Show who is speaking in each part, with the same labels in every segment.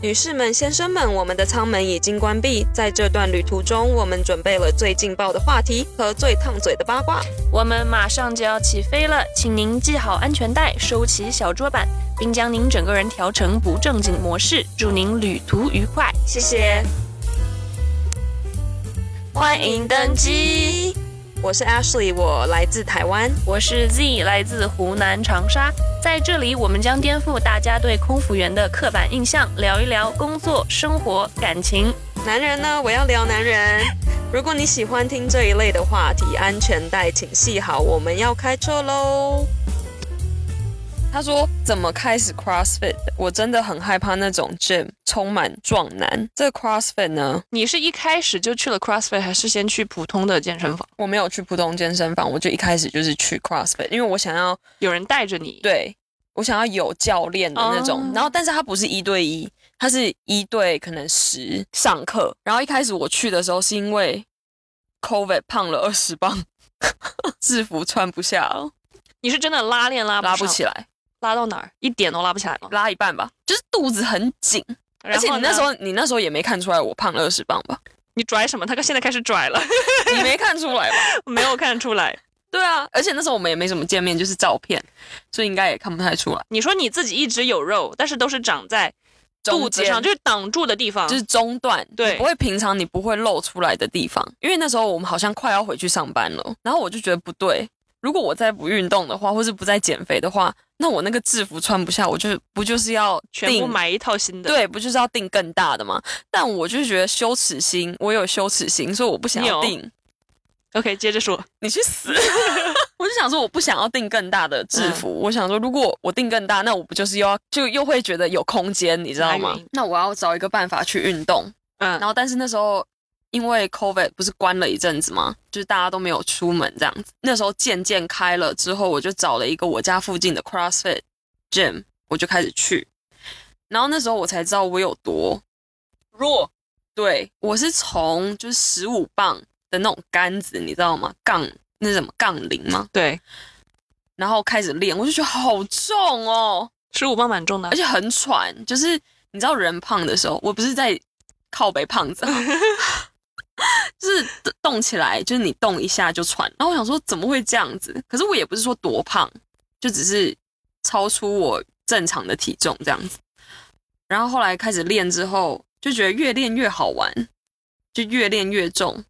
Speaker 1: 女士们、先生们，我们的舱门已经关闭。在这段旅途中，我们准备了最劲爆的话题和最烫嘴的八卦。
Speaker 2: 我们马上就要起飞了，请您系好安全带，收起小桌板，并将您整个人调成不正经模式。祝您旅途愉快，
Speaker 1: 谢谢，
Speaker 2: 欢迎登机。
Speaker 1: 我是 Ashley，我来自台湾。
Speaker 2: 我是 Z，来自湖南长沙。在这里，我们将颠覆大家对空服员的刻板印象，聊一聊工作、生活、感情。
Speaker 1: 男人呢？我要聊男 人。如果你喜欢听这一类的话题，安全带请系好，我们要开车喽。他说：“怎么开始 CrossFit？我真的很害怕那种 gym 充满壮男。这 CrossFit 呢，
Speaker 2: 你是一开始就去了 CrossFit，还是先去普通的健身房？
Speaker 1: 我没有去普通健身房，我就一开始就是去 CrossFit，因为我想要
Speaker 2: 有人带着你？，
Speaker 1: 对我想要有教练的那种。
Speaker 2: 哦
Speaker 1: 然后，但是它不是一对一，它是一对可能十上课。然后一开始我去的时候，是因为 COVID 胖了二十磅， 制服穿不下了，
Speaker 2: 你是真的拉链拉不
Speaker 1: 拉不
Speaker 2: 上
Speaker 1: 起来，
Speaker 2: 拉到哪儿？一点都拉不起来吗？
Speaker 1: 拉一半吧，就是肚子很紧。而且你那时
Speaker 2: 然后
Speaker 1: 候，
Speaker 2: 呢
Speaker 1: 你那时候也没看出来我胖了二十磅 吧？
Speaker 2: 你拽什么？他现在开始拽了，
Speaker 1: 你没看出来吧？
Speaker 2: 没有看出来。
Speaker 1: 对啊，而且那时候我们也没怎么见面，就是照片，所以应该也看不太出来。
Speaker 2: 你说你自己一直有肉，但是都是长在肚子上，
Speaker 1: 就
Speaker 2: 就是挡住的地方。
Speaker 1: 就是中段，
Speaker 2: 啊对
Speaker 1: 你不会平常你不会露出来的地方，因为那时候我们好像快要回去上班了，然后我就觉得不对，如果我再不运动的话，或是不再减肥的话，那我那个制服穿不下，我就不就是要
Speaker 2: 全部
Speaker 1: 订
Speaker 2: 买一套新的。，
Speaker 1: 对，不就是要订更大的吗？但我就觉得羞耻心，我有羞耻心，所以我不想要
Speaker 2: 你有
Speaker 1: 订。
Speaker 2: OK，接着说。
Speaker 1: 你去 死！我就想说，我不想要订更大的制服。
Speaker 2: 嗯
Speaker 1: 我想说，如果我订更大，那我不就是又要就又会觉得有空间，你知道
Speaker 2: 哪
Speaker 1: 吗
Speaker 2: 里？
Speaker 1: 那我要找一个办法去运动。
Speaker 2: 嗯
Speaker 1: 然后，但是那时候因为 COVID 不是关了一阵子吗？就是大家都没有出门这样子。那时候渐渐开了之后，我就找了一个我家附近的 CrossFit gym，我就开始去。然后那时候我才知道我有多弱。对，我是从就是十五磅的那种杆子，你知道吗？杠那是什么杠铃吗？
Speaker 2: 对，
Speaker 1: 然后开始练，我就觉得好重哦，
Speaker 2: 十五磅蛮重的
Speaker 1: 而，且很喘。就是你知道人胖的时候，我不是在靠北胖子啊， 就是动起来，就是你动一下就喘。然后我想说怎么会这样子？可是我也不是说多胖，就只是超出我正常的体重这样子。然后后来开始练之后，就觉得越练越好玩，就越练越重，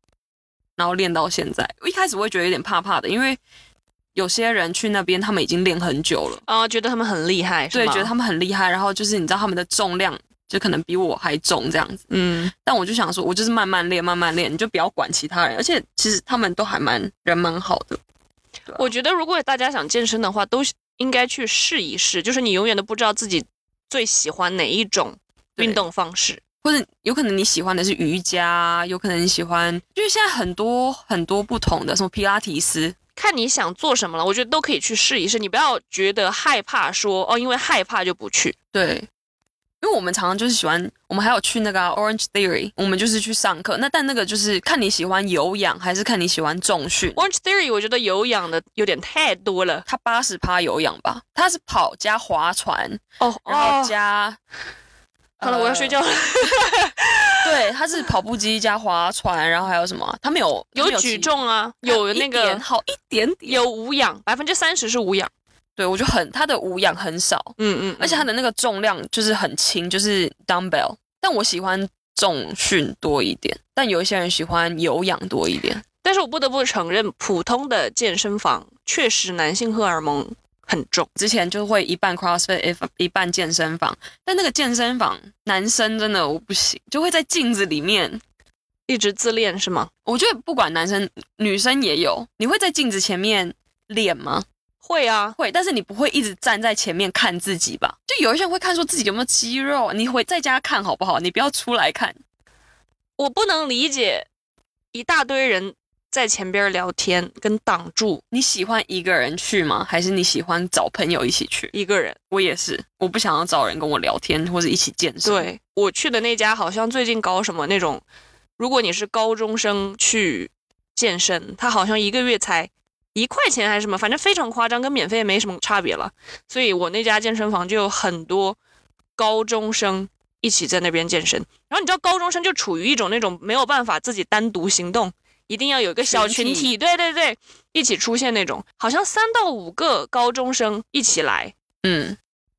Speaker 1: 然后练到现在。我一开始我会觉得有点怕怕的，因为有些人去那边他们已经练很久了。
Speaker 2: 啊、觉得他们很厉害，是
Speaker 1: 对，
Speaker 2: 吗
Speaker 1: 觉得他们很厉害，然后就是你知道他们的重量就可能比我还重这样子，
Speaker 2: 嗯，
Speaker 1: 但我就想说，我就是慢慢练，慢慢练，你就不要管其他人，而且其实他们都还蛮人蛮好的，
Speaker 2: 我觉得如果大家想健身的话，都应该去试一试，就是你永远都不知道自己最喜欢哪一种
Speaker 1: 对
Speaker 2: 运动方式。
Speaker 1: 或者有可能你喜欢的是瑜伽，有可能你喜欢，因为现在很多很多不同的，什么皮拉提斯，
Speaker 2: 看你想做什么了，我觉得都可以去试一试。你不要觉得害怕说哦，因为害怕就不去。
Speaker 1: 对。因为我们常常就是喜欢，我们还有去那个啊、Orange Theory，我们就是去上课。那但那个就是看你喜欢有氧还是看你喜欢重训。
Speaker 2: Orange Theory 我觉得有氧的有点太多了。
Speaker 1: 它八十趴有氧吧，它是跑加划船，
Speaker 2: 哦
Speaker 1: 然后
Speaker 2: 哦，
Speaker 1: 加、 呃
Speaker 2: 好了，我要睡觉了。
Speaker 1: 对，它是跑步机加划船，然后还有什么啊？他们有它
Speaker 2: 有
Speaker 1: 们
Speaker 2: 举
Speaker 1: 骑
Speaker 2: 重啊，有那
Speaker 1: 一点
Speaker 2: 个
Speaker 1: 好一点点。
Speaker 2: 有无氧，百分之三十是无氧。
Speaker 1: 对，我就很它的无氧很少，
Speaker 2: 嗯嗯，
Speaker 1: 而且它的那个重量就是很轻，就是 dumbbell。但我喜欢重训多一点，但有一些人喜欢有氧多一点。
Speaker 2: 但是我不得不承认，普通的健身房确实男性荷尔蒙很重。
Speaker 1: 之前就会一半 CrossFit，一半一半健身房，但那个健身房男生真的我不行，就会在镜子里面。
Speaker 2: 一直自恋是吗？
Speaker 1: 我觉得不管男生女生也有，你会在镜子前面练吗？
Speaker 2: 会啊，
Speaker 1: 会，但是你不会一直站在前面看自己吧？就有一些人会看说自己有没有肌肉，啊你回在家看好不好？你不要出来看。
Speaker 2: 我不能理解一大堆人在前边聊天，跟挡住
Speaker 1: 你喜欢一个人去吗？还是你喜欢找朋友一起去？
Speaker 2: 一个人。
Speaker 1: 我也是，我不想要找人跟我聊天或者一起健身。，
Speaker 2: 对我去的那家好像最近搞什么那种，如果你是高中生去健身，他好像一个月才一块钱还是什么，反正非常夸张，跟免费没什么差别了。所以我那家健身房就有很多高中生一起在那边健身。然后你知道高中生就处于一种那种没有办法自己单独行动，一定要有一个小群
Speaker 1: 群
Speaker 2: 体，
Speaker 1: 体
Speaker 2: 对对对，一起出现那种，好像三到五个高中生一起来，
Speaker 1: 嗯，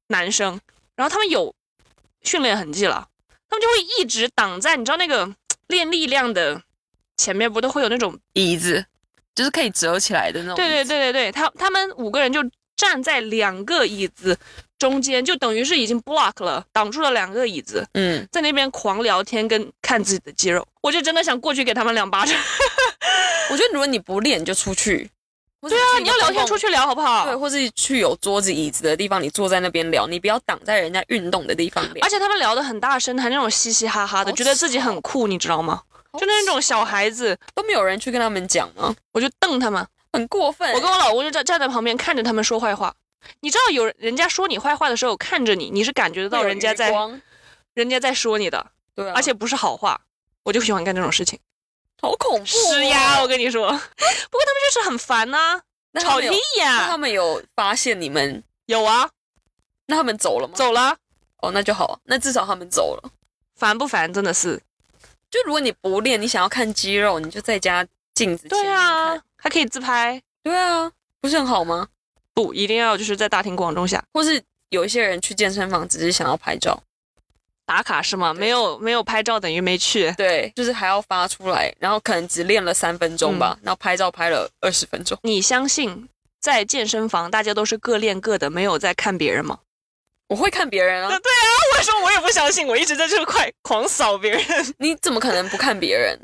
Speaker 2: 男生，然后他们有训练痕迹了，他们就会一直挡在你知道那个练力量的前面，不都会有那种
Speaker 1: 椅子就是可以折起来的那种。
Speaker 2: 对对，对对对，他他们五个人就站在两个椅子中间，就等于是已经 block 了，挡住了两个椅子，
Speaker 1: 嗯，
Speaker 2: 在那边狂聊天跟看自己的肌肉，我就真的想过去给他们两巴掌。
Speaker 1: 我觉得如果你不练，你就出去。对
Speaker 2: 对 啊，你要聊天出。去聊好不好？
Speaker 1: 对，或是去有桌子、椅子的地方，你坐在那边聊，你不要挡在人家运动的地方聊
Speaker 2: 而。且他们聊得很大声，还那种嘻嘻哈哈的，
Speaker 1: 好
Speaker 2: 觉得自己很酷，你知道吗？就那种小孩子，
Speaker 1: 都没有人去跟他们讲吗？
Speaker 2: 我就瞪他们。
Speaker 1: 很过分、
Speaker 2: 我跟我老公就站站在旁边看着他们说坏话。你知道有人人家说你坏话的时候看着你，你是感觉得到
Speaker 1: 会有
Speaker 2: 人家
Speaker 1: 余
Speaker 2: 在
Speaker 1: 光
Speaker 2: 人家在说你的，
Speaker 1: 对、啊，
Speaker 2: 而且不是好话，我就喜欢干这种事情。
Speaker 1: 好恐怖、哦，
Speaker 2: 是呀，我跟你说，不过 他们就是很烦呐、
Speaker 1: 那他
Speaker 2: 吵
Speaker 1: 们有
Speaker 2: 屁
Speaker 1: 那他
Speaker 2: 呀！
Speaker 1: 们有发现你们，
Speaker 2: 有啊，
Speaker 1: 那他们走了吗？
Speaker 2: 走了，
Speaker 1: 哦，那就好啊，那至少他们走了。
Speaker 2: 烦不烦？真的是，
Speaker 1: 就如果你不练，你想要看肌肉，你就在家镜子前
Speaker 2: 对
Speaker 1: 面看
Speaker 2: 啊，，还可以自拍，
Speaker 1: 对啊，不是很好吗？
Speaker 2: 不一定要就是在大庭广众下
Speaker 1: 或是有一些人去健身房只是想要拍照，
Speaker 2: 打卡是吗？没有没有拍照等于没去，
Speaker 1: 对，就是还要发出来，然后可能只练了三分钟
Speaker 2: 嗯
Speaker 1: 吧，然后拍照拍了二十分钟，
Speaker 2: 你相信在健身房大家都是各练各的，没有在看别人吗？
Speaker 1: 我会看别
Speaker 2: 嗯
Speaker 1: 人啊，
Speaker 2: 我说我也不相信，我一直在这块狂扫 别人。
Speaker 1: 你怎么可能不看别人？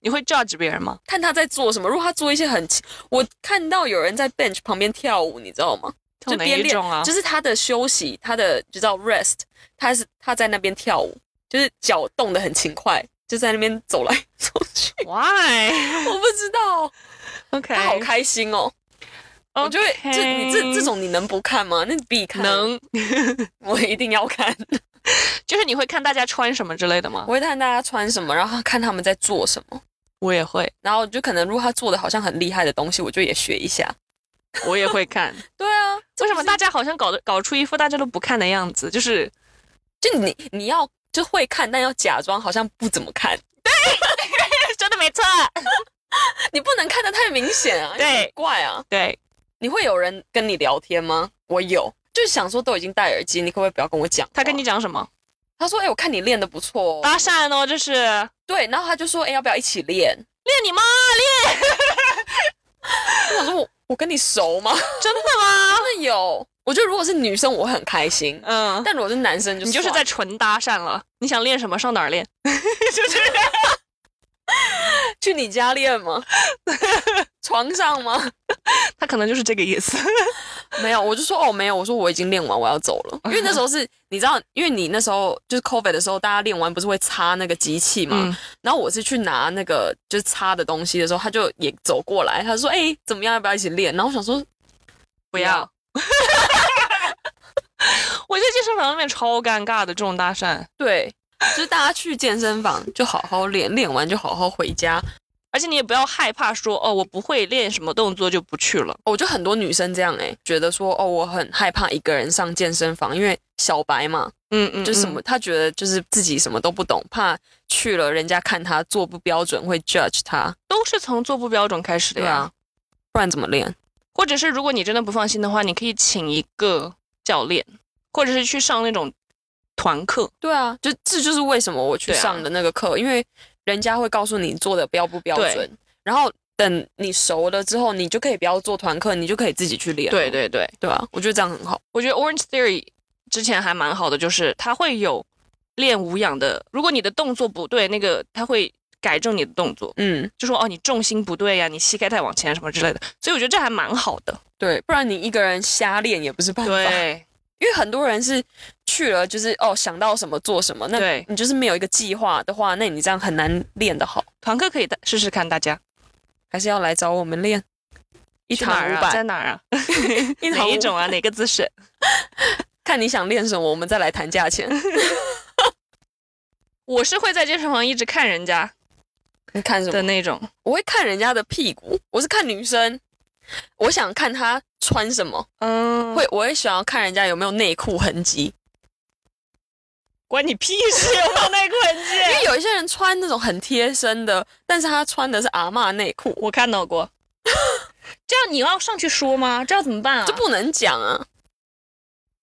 Speaker 2: 你会 judge 别人吗？
Speaker 1: 看他在做什么。如果他做一些很奇，我看到有人在 bench 旁边跳舞，你知道吗？
Speaker 2: 就
Speaker 1: 就
Speaker 2: 哪
Speaker 1: 边
Speaker 2: 一
Speaker 1: 练
Speaker 2: 种啊？
Speaker 1: 就是他的休息，他的就叫 rest，他是他在那边跳舞，就是脚动得很勤快，就在那边走来走去。
Speaker 2: why
Speaker 1: 我不知道，
Speaker 2: OK，
Speaker 1: 他好开心哦。我就会，这你这这种你能不看吗？那你必看，
Speaker 2: 能，
Speaker 1: 我一定要看。
Speaker 2: 就是你会看大家穿什么之类的吗
Speaker 1: 我？会看大家穿什么，然后看他们在做什么，
Speaker 2: 我也会，
Speaker 1: 然后就可能如果他做的好像很厉害的东西，我就也学一下。
Speaker 2: 我也会看。
Speaker 1: 对啊，
Speaker 2: 为什么大家好像搞得搞出一副大家都不看的样子？ 就是
Speaker 1: 就你你要就会看，但要假装好像不怎么看，
Speaker 2: 说的没错，
Speaker 1: 你不能看得太明显啊，
Speaker 2: 对
Speaker 1: 很怪啊。
Speaker 2: 对，
Speaker 1: 你会有人跟你聊天吗？我有，就是想说都已经戴耳机，你可不可以不要跟我讲话？
Speaker 2: 他跟你讲什么？
Speaker 1: 他说，哎、我看你练的不错哦。
Speaker 2: 搭讪哦，这是练
Speaker 1: 对，然后他就说，哎、要不要一起练？
Speaker 2: 你妈，
Speaker 1: 我想说我我跟你熟吗？
Speaker 2: 练真的吗？
Speaker 1: 真的有。我觉得如果是女生，我会很开心；
Speaker 2: 嗯，
Speaker 1: 但如果是男生就，
Speaker 2: 你就是在纯搭讪了。你想练什么上哪儿练？就是
Speaker 1: 去你家练吗？ 床上吗？
Speaker 2: 他可能就是这个意思。
Speaker 1: 没有，我就说哦，没有，我说我已经练完，我要走 了。因为那时候是，你知道，因为你那时候就是 COVID 的时候，大家练完不是会擦那个机器嘛？
Speaker 2: 嗯，
Speaker 1: 然后我是去拿那个就是擦的东西的时候，他就也走过来，他说：“哎、怎么样？要不要一起练？”然后我想说
Speaker 2: 不要。 我觉得健身房里面超尴尬的这种搭讪，：“
Speaker 1: 对，就是大家去健身房就好好练，练完就好好回家。
Speaker 2: 而且你也不要害怕说哦，我不会练什么动作就不去了。
Speaker 1: 哦”我就很多女生这样哎、觉得说：“哦，我很害怕一个人上健身房，因为小白嘛，
Speaker 2: 嗯嗯，
Speaker 1: 就什
Speaker 2: 嗯
Speaker 1: 么她觉得就是自己什么都不懂，怕去了人家看她做不标准会 judge 她，
Speaker 2: 都是从做不标准开始的
Speaker 1: 对
Speaker 2: 呀。
Speaker 1: 啊，不然怎么练？
Speaker 2: 或者是如果你真的不放心的话，你可以请一个教练，或者是去上那种团课。
Speaker 1: 对啊，就这就是为什么我去
Speaker 2: 对啊
Speaker 1: 上的那个课，因为人家会告诉你做的标不标准
Speaker 2: 对，
Speaker 1: 然后等你熟了之后，你就可以不要做团课，你就可以自己去练。对
Speaker 2: 对对，
Speaker 1: 对啊，我觉得这样很好。
Speaker 2: 我觉得 Orange Theory 之前还蛮好的，就是它会有练无氧的，如果你的动作不对，那个它会改正你的动作，
Speaker 1: 嗯，
Speaker 2: 就说哦你重心不对呀、你膝盖太往前什么之类的。所以我觉得这还蛮好的。
Speaker 1: 对，不然你一个人瞎练也不是办法。
Speaker 2: 对
Speaker 1: 因为很多人是去了就是哦想到什么做什么，那
Speaker 2: 对，
Speaker 1: 你就是没有一个计划的话，那你这样很难练得好。
Speaker 2: 团课可以的试试看，大家
Speaker 1: 还是要来找我们练一
Speaker 2: 一
Speaker 1: 堂五
Speaker 2: 啊？在
Speaker 1: 百，
Speaker 2: 哪儿啊？
Speaker 1: 一
Speaker 2: 哪
Speaker 1: 堂
Speaker 2: 一
Speaker 1: 500
Speaker 2: 种啊？哪个姿势？
Speaker 1: 看你想练什么，我们再来谈价钱。
Speaker 2: 我是会在健身房一直看人家
Speaker 1: 你看什么
Speaker 2: 的？那种。
Speaker 1: 我会看人家的屁股，我是看女生，我想看她穿什么，
Speaker 2: 嗯，
Speaker 1: 会我会想要看人家有没有内裤痕迹。
Speaker 2: 关你屁事！啊我 放内裤很
Speaker 1: 因
Speaker 2: 贱，
Speaker 1: 为有一些人穿那种很贴身的，但是他穿的是阿嬷内裤，
Speaker 2: 我看到过。这样你要上去说吗？这要怎么办啊？
Speaker 1: 这不能讲啊。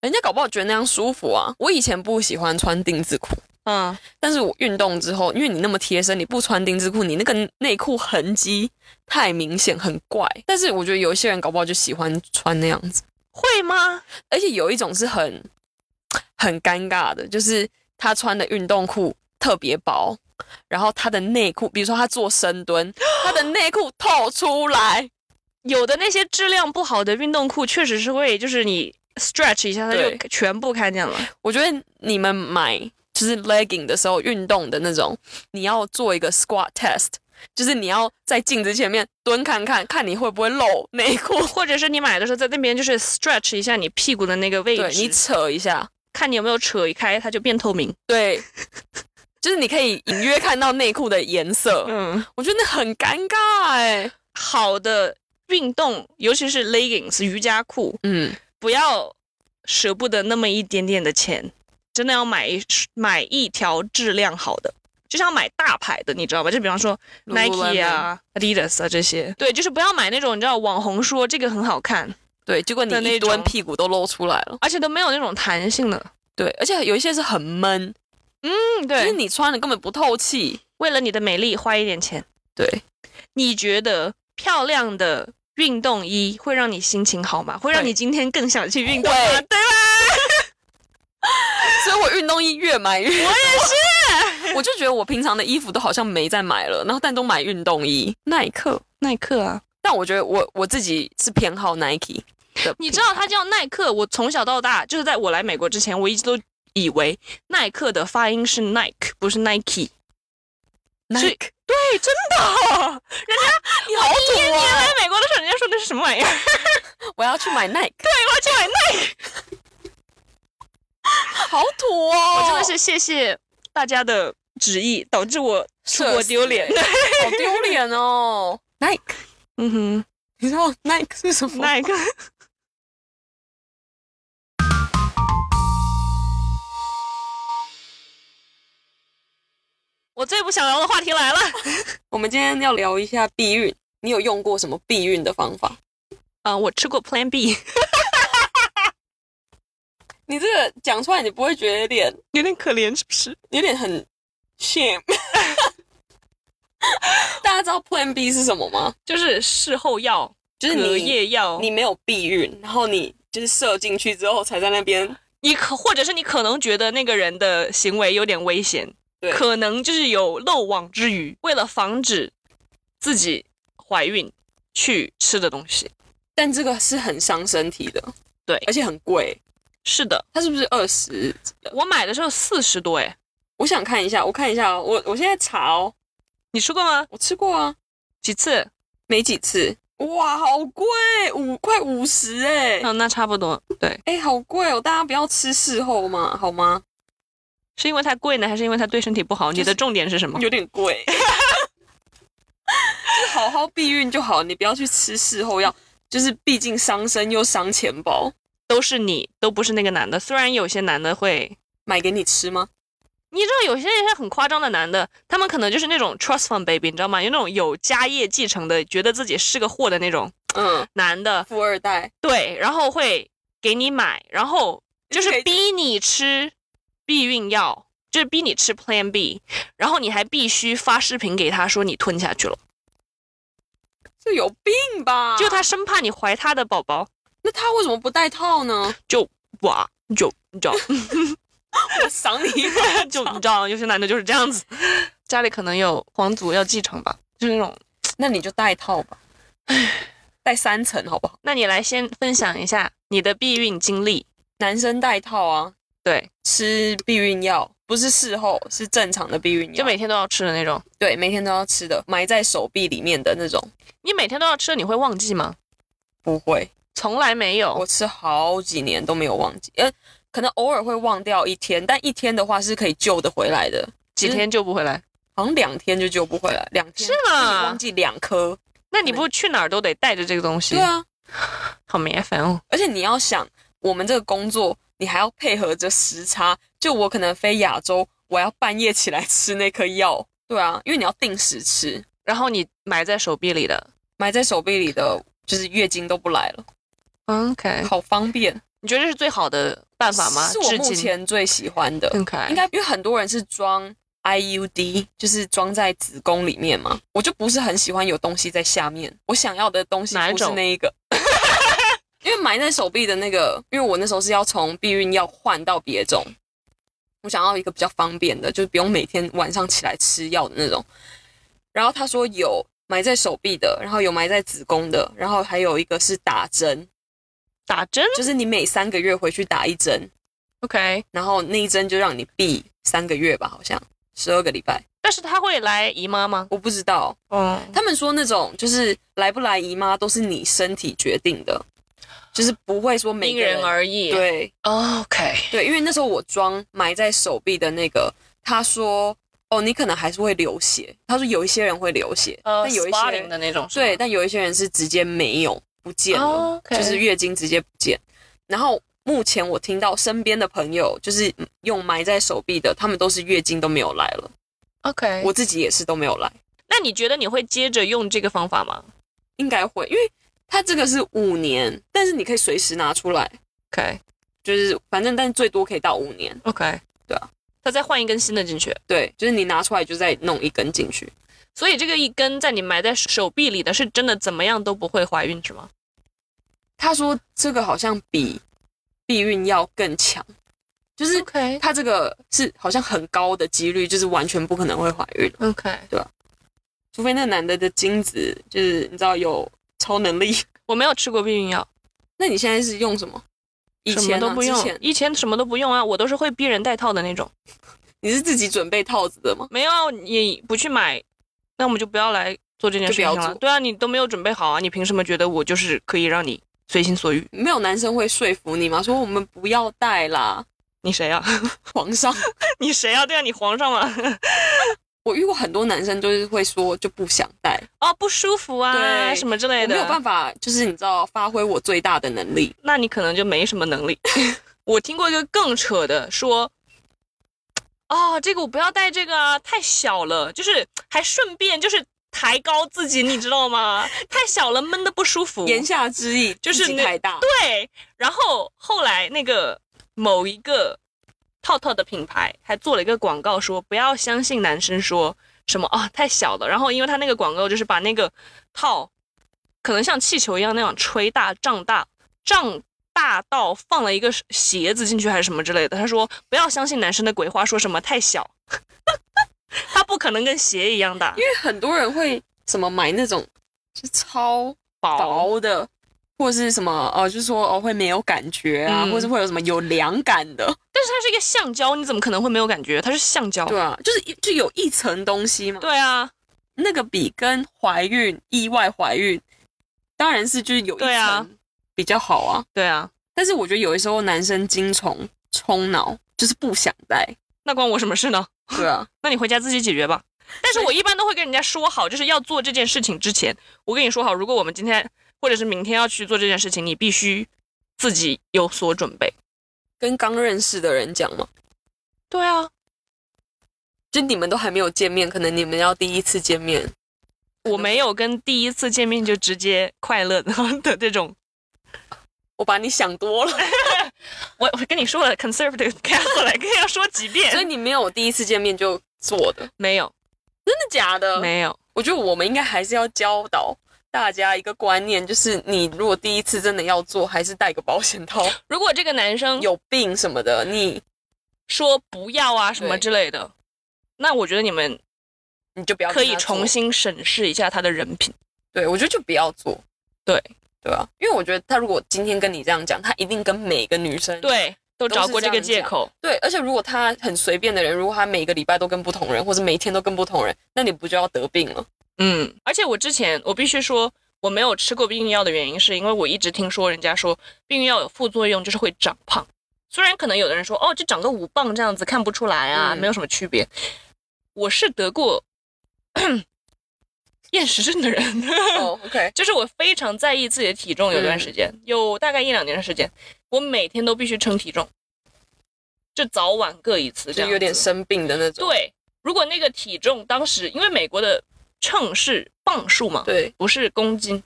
Speaker 1: 人家搞不好觉得那样舒服啊。我以前不喜欢穿丁字裤，
Speaker 2: 嗯，
Speaker 1: 但是我运动之后，因为你那么贴身，你不穿丁字裤，你那个内裤痕迹太明显，很怪。但是我觉得有一些人搞不好就喜欢穿那样子，
Speaker 2: 会吗？
Speaker 1: 而且有一种是很很尴尬的，就是他穿的运动裤特别薄，然后他的内裤，比如说他做深蹲，他的内裤透出来，
Speaker 2: 有的那些质量不好的运动裤，确实是会，就是你 stretch 一下，它就
Speaker 1: 对
Speaker 2: 全部看见了。
Speaker 1: 我觉得你们买就是 legging 的时候，运动的那种，你要做一个 squat test，就是你要在镜子前面蹲看看，看你会不会露内裤。
Speaker 2: 或者是你买的时候在那边就是 stretch 一下你屁股的那个位
Speaker 1: 对
Speaker 2: 置，
Speaker 1: 你扯一下，
Speaker 2: 看你有没有扯一开，它就变透明。
Speaker 1: 对，就是你可以隐约看到内裤的颜色。
Speaker 2: 嗯，
Speaker 1: 我觉得那很尴尬哎、
Speaker 2: 好的运动，尤其是 leggings 瑜伽裤，
Speaker 1: 嗯，
Speaker 2: 不要舍不得那么一点点的钱，真的要买一买一条质量好的，就像买大牌的，你知道吧？就比方说
Speaker 1: Lululemon
Speaker 2: Nike 啊、Adidas 啊这些，对，就是不要买那种你知道网红说这个很好看，
Speaker 1: 对，结果你
Speaker 2: 的那
Speaker 1: 一蹲
Speaker 2: 种
Speaker 1: 屁股都露出来了。
Speaker 2: 而且都没有那种弹性的。
Speaker 1: 对，而且有一些是很闷，
Speaker 2: 嗯，
Speaker 1: 就是
Speaker 2: 对，
Speaker 1: 你穿的根本不透气。
Speaker 2: 为了你的美丽花一点钱。
Speaker 1: 对，
Speaker 2: 你觉得漂亮的运动衣会让你心情好吗？会让
Speaker 1: 会
Speaker 2: 你今天更想去运动吗？
Speaker 1: 会
Speaker 2: 对吧？
Speaker 1: 所以我运动衣越买越我也是， 我就觉得我平常的衣服都好像没再买了，然后但都买运动衣，耐克。
Speaker 2: 耐克啊，
Speaker 1: 但我觉得我我自己是偏好 Nike 的，
Speaker 2: 你知道它叫耐克，我从小到大就是在我来美国之前，我一直都以为耐克的发音是 Nike，不是 Nike。所以
Speaker 1: Nike
Speaker 2: 对，真的，
Speaker 1: 你好土啊！
Speaker 2: 来美国的时候人家说那是什么玩意儿，
Speaker 1: 我要去买 Nike，
Speaker 2: 我去买 Nike。
Speaker 1: 好土哦！
Speaker 2: 我真的是谢谢大家的旨意，导致我出国
Speaker 1: 社死
Speaker 2: 丢脸。
Speaker 1: 好丢脸哦。Nike，
Speaker 2: 嗯哼。
Speaker 1: 你知道 Nike 是什么？
Speaker 2: 那一个？我最不想聊的话题来了。
Speaker 1: 我们今天要聊一下避孕，你有用过什么避孕的方法？
Speaker 2: 啊、我吃过 Plan B，
Speaker 1: 你这个讲出来，你不会觉得有点
Speaker 2: 有点可怜，是不是？
Speaker 1: 有点很 shame？大家知道 Plan B 是什么吗？
Speaker 2: 就是事后药、
Speaker 1: 就是
Speaker 2: 隔
Speaker 1: 你
Speaker 2: 夜嗯药，
Speaker 1: 你没有避孕，然后你就是射进去之后才在那 边
Speaker 2: 你可或者是你可能觉得那个人的行为有点危险，
Speaker 1: 对
Speaker 2: 可能就是有漏网之鱼，为了防止自己怀孕去吃的东西。
Speaker 1: 但这个是很伤身体的，
Speaker 2: 对
Speaker 1: 而且很贵。
Speaker 2: 是的，
Speaker 1: 它是不是二十？
Speaker 2: 我买的时候四十多，哎，
Speaker 1: 我想看一下，我看一下哦，我我现在查哦，
Speaker 2: 你吃过吗？
Speaker 1: 我吃过啊，
Speaker 2: 几次？
Speaker 1: 没几次。哇，好贵，五快五十哎，
Speaker 2: 嗯，那差不多。对，
Speaker 1: 哎、好贵哦！大家不要吃事后嘛，好吗？
Speaker 2: 是因为它贵呢，还是因为它对身体不好？你的重点是什么？
Speaker 1: 有点贵， 就是好好避孕就好，你不要去吃事后药，就是毕竟伤身又伤钱包。
Speaker 2: 都是你，都不是那个男的。虽然有些男的会，
Speaker 1: 买给你吃吗？
Speaker 2: 你知道有些人是很夸张的男的，他们可能就是那种 trust fund baby，你知道吗？有那种有家业继承的，觉得自己是个货的那种
Speaker 1: 嗯，
Speaker 2: 男的，
Speaker 1: 富二代。
Speaker 2: 对，然后会给你买，然后就
Speaker 1: 就是
Speaker 2: 是
Speaker 1: 给
Speaker 2: 逼你吃避孕药，就是逼你吃 Plan B，然后你还必须发视频给他说你吞下去了，
Speaker 1: 这有病吧？
Speaker 2: 就他生怕你怀他的宝宝，
Speaker 1: 那他为什么不戴套呢？
Speaker 2: 就哇，就你知道。
Speaker 1: 我赏你一巴
Speaker 2: 就你
Speaker 1: 掌。
Speaker 2: 知道，有些男的就是这样子， 家里可能有皇族要继承吧，就是那种。
Speaker 1: 那你就戴套吧，戴三层好不好？
Speaker 2: 那你来先分享一下你的避孕经历，
Speaker 1: 男生戴套啊，
Speaker 2: 对，
Speaker 1: 吃避孕药不是事后，是正常的避孕药，
Speaker 2: 就每天都要吃的那种。
Speaker 1: 对每天都要吃的，埋在手臂里面的那种。
Speaker 2: 你每天都要吃，你会忘记吗？
Speaker 1: 不会，
Speaker 2: 从来没有
Speaker 1: 我。吃好几年都没有忘记，呃，可能偶尔会忘掉一天，但一天的话是可以救得回来的，
Speaker 2: 几天救不回来？
Speaker 1: 好像两天就救不回来，两天
Speaker 2: 是吗
Speaker 1: 自己忘记两颗，
Speaker 2: 那你不去哪儿都得带着这个东西？
Speaker 1: 对，啊，
Speaker 2: 好麻烦哦。
Speaker 1: 而且你要想，我们这个工作，你还要配合着时差，就我可能飞亚洲，我要半夜起来吃那颗药。对啊，因为你要定时吃，
Speaker 2: 然后你埋在手臂里的。
Speaker 1: 埋在手臂里的就是月经都不来了，
Speaker 2: OK，
Speaker 1: 好方便。
Speaker 2: 你觉得这是最好的办法吗？
Speaker 1: 是我
Speaker 2: 至
Speaker 1: 目
Speaker 2: 今
Speaker 1: 前最喜欢的。
Speaker 2: OK，
Speaker 1: 应该因为很多人是装 IUD，就是装在子宫里面嘛。我就不是很喜欢有东西在下面，我想要的东西
Speaker 2: 哪一
Speaker 1: 不是
Speaker 2: 种
Speaker 1: 那一个。 因为埋在手臂的那个，因为我那时候是要从避孕药换到别种，我想要一个比较方便的，就是不用每天晚上起来吃药的那种。然后他说有埋在手臂的，然后有埋在子宫的，然后还有一个是打针，
Speaker 2: 打针
Speaker 1: 就是你每三个月回去打一针，
Speaker 2: OK，
Speaker 1: 然后那一针就让你避三个月吧，好像十二个礼拜，
Speaker 2: 但是他会来姨妈吗？
Speaker 1: 我不知道。
Speaker 2: 嗯，
Speaker 1: 他们说那种就是来不来姨妈都是你身体决定的，就是不会说每
Speaker 2: 因
Speaker 1: 个人
Speaker 2: 人而异。
Speaker 1: 对
Speaker 2: ，OK，
Speaker 1: 对，因为那时候我装埋在手臂的那个，他说哦，你可能还是会流血。他说有一些人会流血，
Speaker 2: 呃
Speaker 1: 但有一些
Speaker 2: ，spotting 的
Speaker 1: 人
Speaker 2: 那种是吗，
Speaker 1: 对，但有一些人是直接没有不见了。
Speaker 2: 哦，OK
Speaker 1: 就是月经直接不见。然后目前我听到身边的朋友就是用埋在手臂的，他们都是月经都没有来了，
Speaker 2: OK，
Speaker 1: 我自己也是都没有来，
Speaker 2: 那你觉得你会接着用这个方法吗
Speaker 1: 应该会，因为它这个是五年，但是你可以随时拿出来，
Speaker 2: ？OK
Speaker 1: 就是反正但是最多可以到五年，
Speaker 2: OK，
Speaker 1: 对啊，
Speaker 2: 他再换一根新的进去，
Speaker 1: 对，就是你拿出来就再弄一根进去，
Speaker 2: 所以这个一根在你埋在手臂里的是真的怎么样都不会怀孕是吗？
Speaker 1: 他说这个好像比避孕药更强，就是
Speaker 2: OK
Speaker 1: 它这个是好像很高的几率，就是完全不可能会怀孕，
Speaker 2: OK，
Speaker 1: 除非那男的的精子就是你知道有超能力。
Speaker 2: 我没有吃过避孕药，
Speaker 1: 那你现在是用什么？以
Speaker 2: 什
Speaker 1: 前、
Speaker 2: 么
Speaker 1: 啊、
Speaker 2: 都不用
Speaker 1: 之前，
Speaker 2: 以前什么都不用啊，我都是会逼人戴套的那种。
Speaker 1: 你是自己准备套子的吗？
Speaker 2: 没有你不去买，那我们就不要来做这件事情
Speaker 1: 就不要
Speaker 2: 了
Speaker 1: 做。
Speaker 2: 对啊，你都没有准备好啊，你凭什么觉得我就是可以让你随心所欲？
Speaker 1: 没有男生会说服你吗？说我们不要戴啦，
Speaker 2: 你谁啊？
Speaker 1: 皇上。
Speaker 2: 你谁啊？对啊，你皇上嘛。
Speaker 1: 我遇过很多男生，就是会说就不想戴，
Speaker 2: 哦，不舒服啊，
Speaker 1: 对
Speaker 2: 什么之
Speaker 1: 我
Speaker 2: 类
Speaker 1: 没
Speaker 2: 的。
Speaker 1: 有办
Speaker 2: 法，
Speaker 1: 法，就是你知道发挥我最大的能力。
Speaker 2: 那你可能就没什么能力。 我听过一个更扯的，说，哦，这个我不要戴这个啊，太小了，就是还顺便就是抬高自己，你知道吗？太小了，闷的不舒服。
Speaker 1: 言下之意
Speaker 2: 就是
Speaker 1: 自己
Speaker 2: 那
Speaker 1: 太大，
Speaker 2: 对，然后后来那个某一个套套的品牌还做了一个广告说，不要相信男生说什么啊、太小了。然后因为他那个广告就是把那个套可能像气球一样那样吹大、胀大、胀大到放了一个鞋子进去还是什么之类的。他说不要相信男生的鬼话，说什么太小， 他不可能跟鞋一样大
Speaker 1: 因，为很多人会什么买那种就超
Speaker 2: 薄
Speaker 1: 薄的。或是什么呃，就是说哦会没有感觉啊，
Speaker 2: 嗯
Speaker 1: 或是会有什么有凉感的，
Speaker 2: 但是它是一个橡胶，你怎么可能会没有感觉？它是橡胶。
Speaker 1: 对啊，就是一就有一层东西嘛。
Speaker 2: 对啊，
Speaker 1: 那个比跟怀孕、意外怀孕，当然是就是有一
Speaker 2: 对啊
Speaker 1: 层比较好啊。
Speaker 2: 对啊，
Speaker 1: 但是我觉得有的时候男生精虫冲脑，就是不想戴，
Speaker 2: 那关我什么事呢？
Speaker 1: 对啊，
Speaker 2: 那你回家自己解决吧。但是我一般都会跟人家说好，就是要做这件事情之前，我跟你说好，如果我们今天或者是明天要去做这件事情，你必须自己有所准备。
Speaker 1: 跟刚认识的人讲嘛，
Speaker 2: 对啊，
Speaker 1: 就你们都还没有见面，可能你们要第一次见面，
Speaker 2: 我没有跟第一次见面就直接快乐的 的这种，
Speaker 1: 我把你想多了，
Speaker 2: 我我跟你说了，conservative Catholic 跟要说几遍，
Speaker 1: 所以你没有第一次见面就做的，真
Speaker 2: 没有
Speaker 1: 的假的？
Speaker 2: 没有，
Speaker 1: 我觉得我们应该还是要教导。大家一个观念就是，你如果第一次真的要做，还是带个保险套。
Speaker 2: 如果这个男生
Speaker 1: 有病什么的，你
Speaker 2: 说不要啊什么
Speaker 1: 对
Speaker 2: 之类的，那我觉得你们
Speaker 1: 你就不要
Speaker 2: 可
Speaker 1: 跟
Speaker 2: 以
Speaker 1: 他做
Speaker 2: 重新审视一下他的人品。
Speaker 1: 对，我觉得就不要做。
Speaker 2: 对，
Speaker 1: 对啊，因为我觉得他如果今天跟你这样讲，他一定跟每个女生
Speaker 2: 对，都
Speaker 1: 都
Speaker 2: 找
Speaker 1: 是
Speaker 2: 过
Speaker 1: 这
Speaker 2: 这个
Speaker 1: 样
Speaker 2: 借
Speaker 1: 讲
Speaker 2: 口。
Speaker 1: 对而且如果他很随便的人，如果他每个礼拜都跟不同人，或者每一天都跟不同人，那你不就要得病了？
Speaker 2: 嗯，而且我之前我必须说，我没有吃过避孕药的原因，是因为我一直听说人家说避孕药有副作用，就是会长胖。虽然可能有的人说，哦，就长个五磅这样子看不出来啊，
Speaker 1: 嗯
Speaker 2: 没有什么区别。我是 得过厌食症的人，
Speaker 1: 哦，OK、o 嗯 k
Speaker 2: 就是我非常在意自己的体重，有段时间，有大概一两年的时间，我每天都必须称体重。就早晚各一次，这
Speaker 1: 就
Speaker 2: 样
Speaker 1: 有点
Speaker 2: 子
Speaker 1: 生病的那种。
Speaker 2: 对，如果那个体重当时，因为美国的秤是磅数嘛，
Speaker 1: 对
Speaker 2: 不是公斤，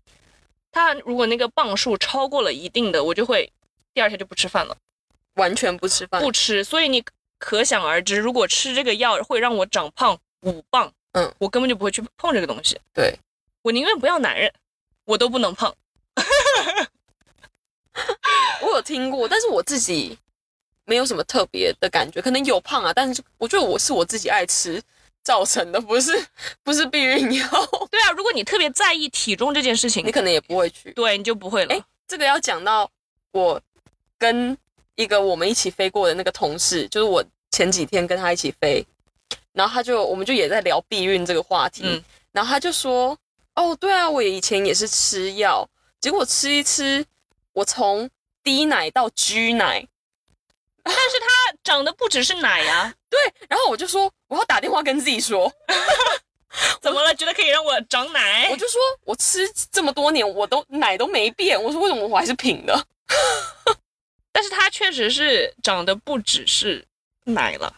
Speaker 2: 它如果那个磅数超过了一定的，我就会第二天就不吃饭了，
Speaker 1: 完全不吃饭。
Speaker 2: 不吃。所以你可想而知，如果吃这个药会让我长胖五磅，
Speaker 1: 嗯，
Speaker 2: 我根本就不会去碰这个东西，
Speaker 1: 对，
Speaker 2: 我宁愿不要男人，我都不能胖。
Speaker 1: 我有听过，但是我自己没有什么特别的感觉，可能有胖啊，但是我觉得我是我自己爱吃造成的，不是不是避孕药，
Speaker 2: 对啊，如果你特别在意体重这件事
Speaker 1: 你
Speaker 2: 情，
Speaker 1: 可能也不会去。
Speaker 2: 对，你就不会了。
Speaker 1: 哎这个要讲到我跟一个我们一起飞过的那个同事，就是我前几天跟他一起飞，然后他就我们就也在聊避孕这个话题，
Speaker 2: 嗯
Speaker 1: 然后他就说：“哦，对啊，我以前也是吃药，结果吃一吃，我从低奶到 G 奶。”
Speaker 2: 但是它长的不只是奶呀、
Speaker 1: 对，然后我就说我要打电话跟自己说，
Speaker 2: 怎么了？觉得可以让我长奶？
Speaker 1: 我就说我吃这么多年，我都奶都没变，我说为什么我还是平的？
Speaker 2: 但是它确实是长得不只是奶了，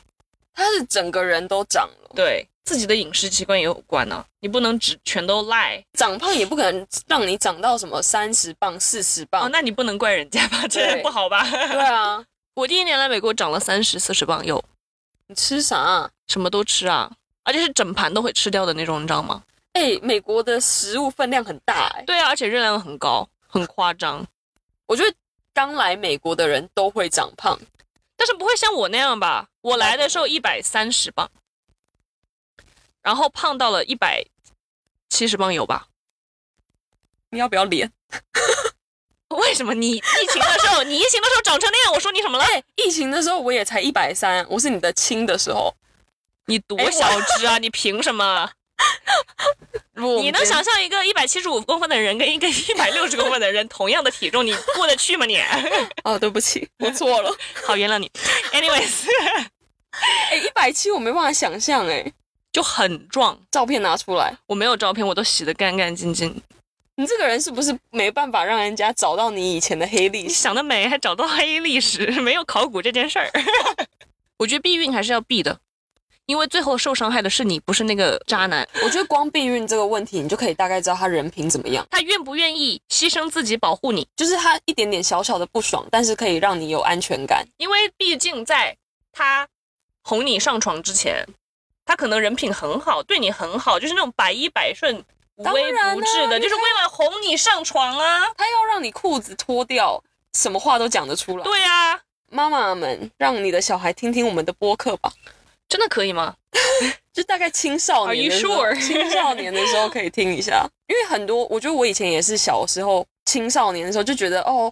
Speaker 1: 他是整个人都长了，
Speaker 2: 对自己的饮食习惯也有关呢、你不能只全都赖
Speaker 1: 长胖也不可能让你长到什么三十磅、四十磅。
Speaker 2: 哦，那你不能怪人家吧？这
Speaker 1: 对
Speaker 2: 不好吧？
Speaker 1: 对啊，
Speaker 2: 我第一年来美国长了三十四十磅，有
Speaker 1: 你吃啥、
Speaker 2: 什么都吃啊，而且是整盘都会吃掉的那种，你知道吗？
Speaker 1: 哎、美国的食物分量很大哎、
Speaker 2: 对啊，而且热量很高，很夸张，
Speaker 1: 我觉得刚来美国的人都会长胖，
Speaker 2: 但是不会像我那样吧？我来的时候一百三十磅，然后胖到了一百七十磅有吧？
Speaker 1: 你要不要脸？
Speaker 2: 为什么你疫情的时候，你疫情的时候长成那样？我说你什么了？
Speaker 1: 哎疫情的时候我也才一百三，我是你的亲的时候，
Speaker 2: 你多小只啊！你凭什么？你能想象一个一百七十五公分的人跟一个一百六十公分的人同样的体重，你过得去吗你？
Speaker 1: 哦，对不起， 我错了。
Speaker 2: 好，原谅你。Anyways，
Speaker 1: 哎、1一百七我没办法想象哎、
Speaker 2: 就很壮。
Speaker 1: 照片拿出来。
Speaker 2: 我没有照片，我都洗得干干净净。
Speaker 1: 你这个人是不是没办法让人家找到你以前的黑历
Speaker 2: 你
Speaker 1: 史？
Speaker 2: 想得美，还找到黑历史， 没有考古这件事儿。 我觉得避孕还是要避的，因为最后受伤害的是你，不是那个渣男。
Speaker 1: 我觉得光避孕这个问题，你就可以大概知道他人品怎么样，
Speaker 2: 他愿不愿意牺牲自己保护你？
Speaker 1: 就是他一点点小小的不爽，但是可以让你有安全感。
Speaker 2: 因为毕竟在他哄你上床之前，他可能人品很好，对你很好，就是那种百依百顺、无微
Speaker 1: 当然
Speaker 2: 不
Speaker 1: 啦
Speaker 2: 至的，
Speaker 1: 你
Speaker 2: 就是为了哄你上床啊。
Speaker 1: 他要让你裤子脱掉，什么话都讲得出来。，
Speaker 2: 对啊，
Speaker 1: 妈妈们，让你的小孩听听我们的播客吧，
Speaker 2: 真的可以吗？
Speaker 1: 就大概青少
Speaker 2: Are
Speaker 1: 年
Speaker 2: you
Speaker 1: 的时候
Speaker 2: sure？
Speaker 1: 青少年的时候可以听一下，因为很多，我觉得我以前也是小时候青少年的时候就觉得哦。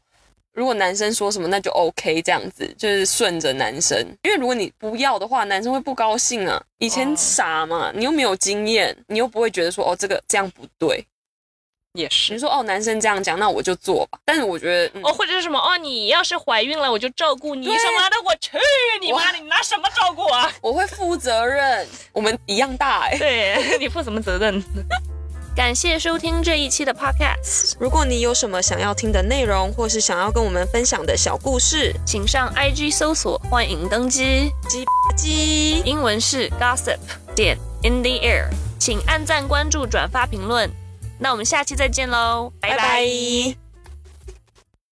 Speaker 1: 如果男生说什么，那就 OK，这样子就是顺着男生。因为如果你不要的话，男生会不高兴啊。以前
Speaker 2: 哦
Speaker 1: 傻嘛，你又没有经验，你又不会觉得说哦这个这样不对。
Speaker 2: 也
Speaker 1: 你
Speaker 2: 是
Speaker 1: 说哦男生这样讲，那我就做吧。但是我觉得、嗯、
Speaker 2: 哦，或者是什么哦，你要是怀孕了，我就照顾你
Speaker 1: 对
Speaker 2: 什么的。我去你妈
Speaker 1: 哇
Speaker 2: 的，你拿什么照顾啊？
Speaker 1: 我会负责任，我们一样大哎、
Speaker 2: 对你负什么责任？感谢收听这一期的 Podcast，
Speaker 1: 如果你有什么想要听的内容，或是想要跟我们分享的小故事，
Speaker 2: 请上 IG 搜索，欢迎登机。
Speaker 1: 叽叽。
Speaker 2: 英文是 gossip 点 in the air，请按赞、关注、转发、评论。那我们下期再见喽，拜拜。
Speaker 1: 拜拜